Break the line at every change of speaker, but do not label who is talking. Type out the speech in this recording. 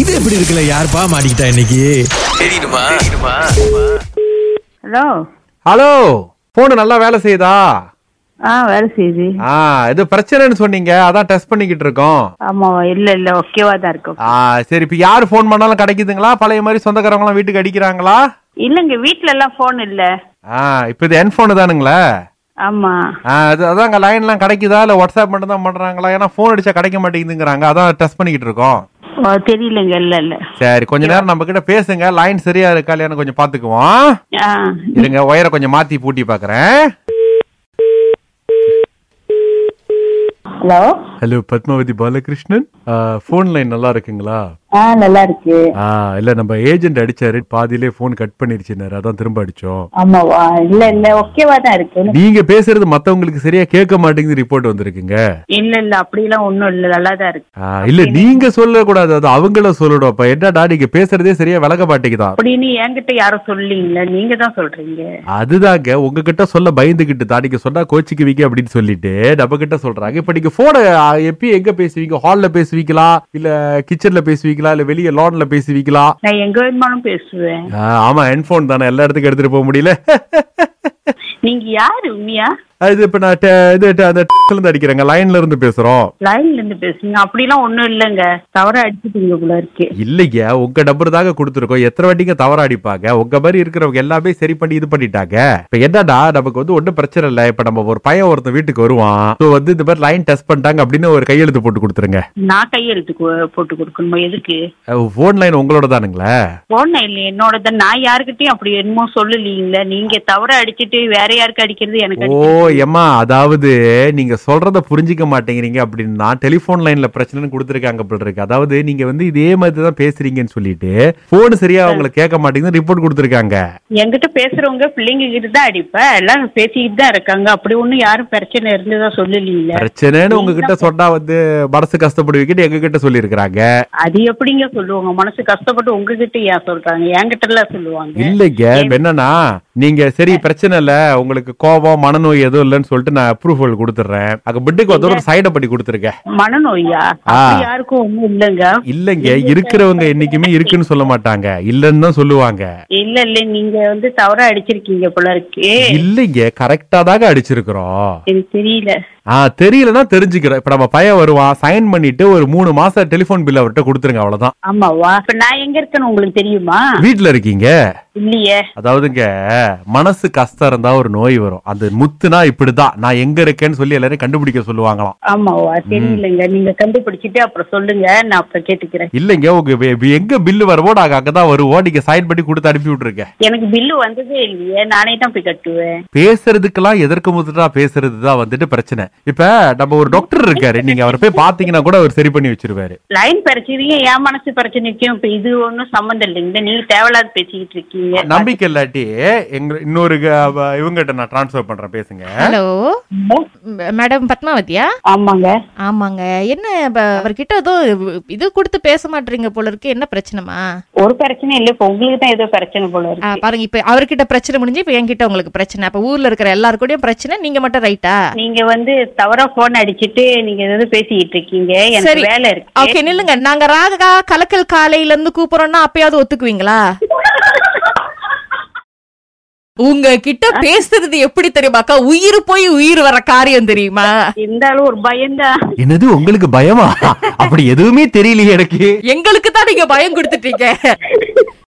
இது எப்படி இருக்குல்ல யாருப்பா மாட்டிக்கிட்டா இன்னைக்கு
ஹலோ
ஹலோ போன் நல்லா வேலை செய்யுதா
ஆ வேலை செய்யுது
ஆ இது பிரச்சனைன்னு சொன்னீங்க அதான் டெஸ்ட் பண்ணிக்கிட்டு இருக்கோம்
ஆமாவா இல்ல இல்ல ஓகேவா தான் இருக்கும்
ஆ சரி இப்போ யார் ஃபோன் பண்ணாலும் கிடைக்குதுங்களா பழைய மாதிரி சொந்தக்காரங்களாம் வீட்டுக்கு அடிக்கிறாங்களா
இல்லங்க வீட்ல எல்லாம் போன் இல்ல
ஆ இப்போ இது என் ஃபோனு தானுங்களே
ஆமா
ஆ அது அதான் அங்கே லைன்லாம் கிடைக்குதா இல்லை வாட்ஸ்அப் மட்டும் தான் பண்ணுறாங்களா ஏன்னா ஃபோன் அடிச்சா கிடைக்க மாட்டேங்குதுங்கிறாங்க அதான் டெஸ்ட் பண்ணிக்கிட்டு இருக்கோம்
ஓ தெரியலங்க இல்ல இல்ல
சரி கொஞ்ச நேரம் நம்ம கிட்ட பேசுங்க லைன் சரியா இருக்கா இல்லையான்னு கொஞ்சம் பார்த்துக்குவோம்
ஆ
இருங்க ஒயரை கொஞ்சம் மாத்தி பூட்டி பார்க்கறேன்
hello
hello Padmavathi Balakrishnan phone line நல்லா இருக்குங்களா
ஆ நல்லா இருக்கு
ஆ இல்ல நம்ம ஏஜென்ட் அடிச்சாரு பாதியிலே ஃபோன் கட் பண்ணிருச்சுனாரு அதான் திரும்ப அடிச்சோம்
ஆமாவா இல்ல இல்ல ஓகேவா தான் இருக்கு
நீங்க பேசுறது மத்தவங்களுக்கு சரியா கேட்க மாட்டேங்குது ரிப்போர்ட் வந்திருக்குங்க
இல்ல இல்ல அப்படிலாம் ஒண்ணும் இல்ல நல்லா தான் இருக்கு
ஆ, இல்ல நீங்க சொல்லக்கூடாது அது அவங்கள சொல்லணும் அப்ப என்னடா நீங்க பேசுறதே சரியா விளக்க மாட்டேங்குதா
அப்படின்னு என்கிட்ட யாரும் சொல்லீங்கள நீங்க தான் சொல்றீங்க
அதுதாங்க உங்ககிட்ட சொல்ல பயந்துகிட்டு தான் நீங்க சொன்னா கோச்சிக்குவீங்க அப்படின்னு சொல்லிட்டு நம்ம கிட்ட சொல்றாங்க இப்ப நீங்க போனை எப்பயும் எங்க பேசுவீங்க ஹால்ல பேசுவீங்களா இல்ல கிச்சன்ல பேசுவீங்களா இல்ல வெளிய லான்ல பேசுவீங்களா
நான் எங்க வேணுமானும் பேசுவேன்
ஆ, ஆமா ஹெட்போன் தானே எல்லா இடத்துக்கும் எடுத்துட்டு போக முடியல
நீங்க யாரு உண்மையா
அது இப்ப நான் டே- இது டே- அந்த டேல இருந்து அடிக்கிறேங்க லைன்ல இருந்து பேசுறோம்
லைன்ல இருந்து பேசுங்க அப்படிலாம் ஒண்ணும் இல்லங்க தவற அடிச்சுட்டீங்க போல இருக்கு
இல்லைங்க உங்க நம்பர் தாங்க கொடுத்துருக்கோம் எத்தனை வாட்டிங்க தவறா அடிப்பாங்க உங்க மாதிரி இருக்கிறவங்க எல்லாமே சரி பண்ணி இது பண்ணிட்டாங்க இப்ப என்னடா நமக்கு வந்து ஒண்ணும் பிரச்சனை இல்ல இப்ப நம்ம ஒரு பையன் ஒருத்தன் வீட்டுக்கு வருவான் So வந்து இந்த மாதிரி லைன் டெஸ்ட் பண்ணிட்டாங்க அப்படின்னு ஒரு கையெழுத்து போட்டு கொடுத்துருங்க
நான் கையெழுத்து கு- போட்டு கொடுக்கணுமா எதுக்கு
ஃபோன் லைன் உங்களோட தானுங்களே
போன இல்லை என்னோட தான் நான் யாருக்கிட்டயும் அப்படி என்னமோ சொல்லலீங்களே நீங்க தவற அடிச்சிட்டு வேற யாருக்கு அடிக்கிறது எனக்கு
ஓ
அடிக்கிறது.
ஏம்மா அதாவது நீங்க சொல்றத புரிஞ்சிக்க மாட்டேங்கிறீங்க அப்படின்னா டெலிஃபோன் லைன்ல பிரச்சனைன்னு கொடுத்துருக்காங்க போல இருக்கு அதாவது நீங்க வந்து இதே மாதிரி தான் பேசுறீங்கன்னு சொல்லிட்டு போன் சரியா உங்களுக்கு கேட்க மாட்டேங்குது ரிப்போர்ட் கொடுத்துருக்காங்க
என்கிட்ட பேசுறவங்க பிள்ளைங்க கிட்ட தான் அடிப்பேன் எல்லாம் பேசிக்கிட்டு தான் இருக்காங்க அப்படி ஒண்ணும் யாரும் பிரச்சனை இருந்ததா சொல்லலீங்களே
பிரச்சனைன்னு உங்ககிட்ட சொன்னா வந்து மனசு கஷ்டப்படுவீங்கன்னு எங்க கிட்ட சொல்லியிருக்கிறாங்க
அது எப்படிங்க சொல்லுவாங்க மனசு கஷ்டப்பட்டு உங்ககிட்ட ஏன் சொல்றாங்க என்கிட்ட எல்லாம் சொல்லுவாங்க
இல்லைங்க என்னன்னா நீங்க சரி பிரச்சனை இல்ல உங்களுக்கு கோபம் மனநோய் எதுவும் இல்லைன்னு சொல்லிட்டு நான் அப்ரூவல் கொடுத்துறேன் அங்க பெட்டுக்கு வந்து ஒரு சைட பண்ணி கொடுத்துருக்கேன்
மனநோயா
ஆ.
அப்படி யாருக்கும் ஒண்ணும் இல்லைங்க
இல்லைங்க இருக்கிறவங்க என்னைக்குமே இருக்குன்னு சொல்ல மாட்டாங்க இல்லைன்னு தான் சொல்லுவாங்க
இல்ல இல்ல நீங்க வந்து தவற அடிச்சிருக்கீங்க போல இருக்கு
இல்லைங்க கரெக்டா தாங்க அடிச்சிருக்கிறோம்
எனக்கு தெரியல
ஆ தெரியலன்னா தெரிஞ்சுக்கிறோம் இப்ப நம்ம பையன் வருவான் சைன் பண்ணிட்டு ஒரு மூணு மாசம் டெலிபோன் பில் அவர்கிட்ட கொடுத்துருங்க அவ்வளவுதான்
ஆமாவா இப்ப நான் எங்க இருக்கேன்னு உங்களுக்கு தெரியுமா
வீட்டுல இருக்கீங்க
இல்லையே
அதாவதுங்க மனசு கஷ்டம் இருந்தா ஒரு நோய் வரும் அது முத்துனா இப்படிதான் நான் எங்க இருக்கேன்னு சொல்லி எல்லாரும் கண்டுபிடிக்க சொல்லுவாங்களாம்
ஆமாவா தெரியலங்க நீங்க கண்டுபிடிச்சிட்டு அப்புறம் சொல்லுங்க நான் அப்புறம் கேட்டுக்கிறேன்
இல்லைங்க உங்க வே- வே- எங்க பில்லு வரவோ நாங்க அங்கதான் வருவோம் நீங்க சைன் பண்ணி கொடுத்து அனுப்பி விட்டுருங்க
எனக்கு பில்லு வந்ததே இல்லையே நானே தான் போய் கட்டுவேன்
பேசுறதுக்கெல்லாம் எதற்கு முதலா பேசுறது தான் வந்துட்டு பிரச்சனை இப்ப நம்ம ஒரு டாக்டர் இருக்காரு நீங்க அவரை போய் பாத்தீங்கன்னா கூட அவர் சரி பண்ணி வச்சிருவாரு
லைன் பிரச்சனையும் என் மனசு பிரச்சனைக்கும் இப்ப இது ஒண்ணும் சம்மந்தம் இல்லைங்க நீங்க தேவையில்லாத பேசிக்கிட்டு இருக்கீங்க
நம்பிக்கை இல்லாட்டி எங்க இன்னொரு இவங்கிட்ட நான் டிரான்ஸ்ஃபர் பண்றேன் பேசுங்க
ஹலோ ம், மேடம் பத்மாவதியா
ஆமாங்க
ஆமாங்க என்ன ப- அவர்கிட்ட ஏதோ இது கொடுத்து பேச மாட்டீங்க போல இருக்கு என்ன பிரச்சனைமா
ஒரு பிரச்சனை இல்ல இப்ப உங்களுக்கு தான் ஏதோ பிரச்சனை போல
ஆ,
இருக்கு
பாருங்க இப்ப அவர்கிட்ட பிரச்சனை முடிஞ்சு இப்ப என்கிட்ட உங்களுக்கு பிரச்சனை அப்ப ஊர்ல இருக்கிற எல்லாரு கூடயும் பிரச்சனை நீங்க மட்டும் ரைட்டா
நீங்க வந்து தவறா போன் அடிச்சிட்டு நீங்க ஏதோ பேசிக்கிட்டு இருக்கீங்க
சரி
எனக்கு வேலை
ஓகே
இருக்கு
நில்லுங்க நாங்க ராகா கலக்கல் காலையில இருந்து கூப்பிடுறோம்னா அப்பயாவது ஒத்துக்குவீங்களா உங்க கிட்ட பேசுறது எப்படி தெரியுமாக்கா உயிர் போய் உயிர் வர காரியம் தெரியுமா
இருந்தாலும் ஒரு பயம்தான்
என்னது உங்களுக்கு பயமா அப்படி எதுவுமே தெரியலையே எனக்கு
எங்களுக்கு தான் நீங்க பயம் கொடுத்துட்டீங்க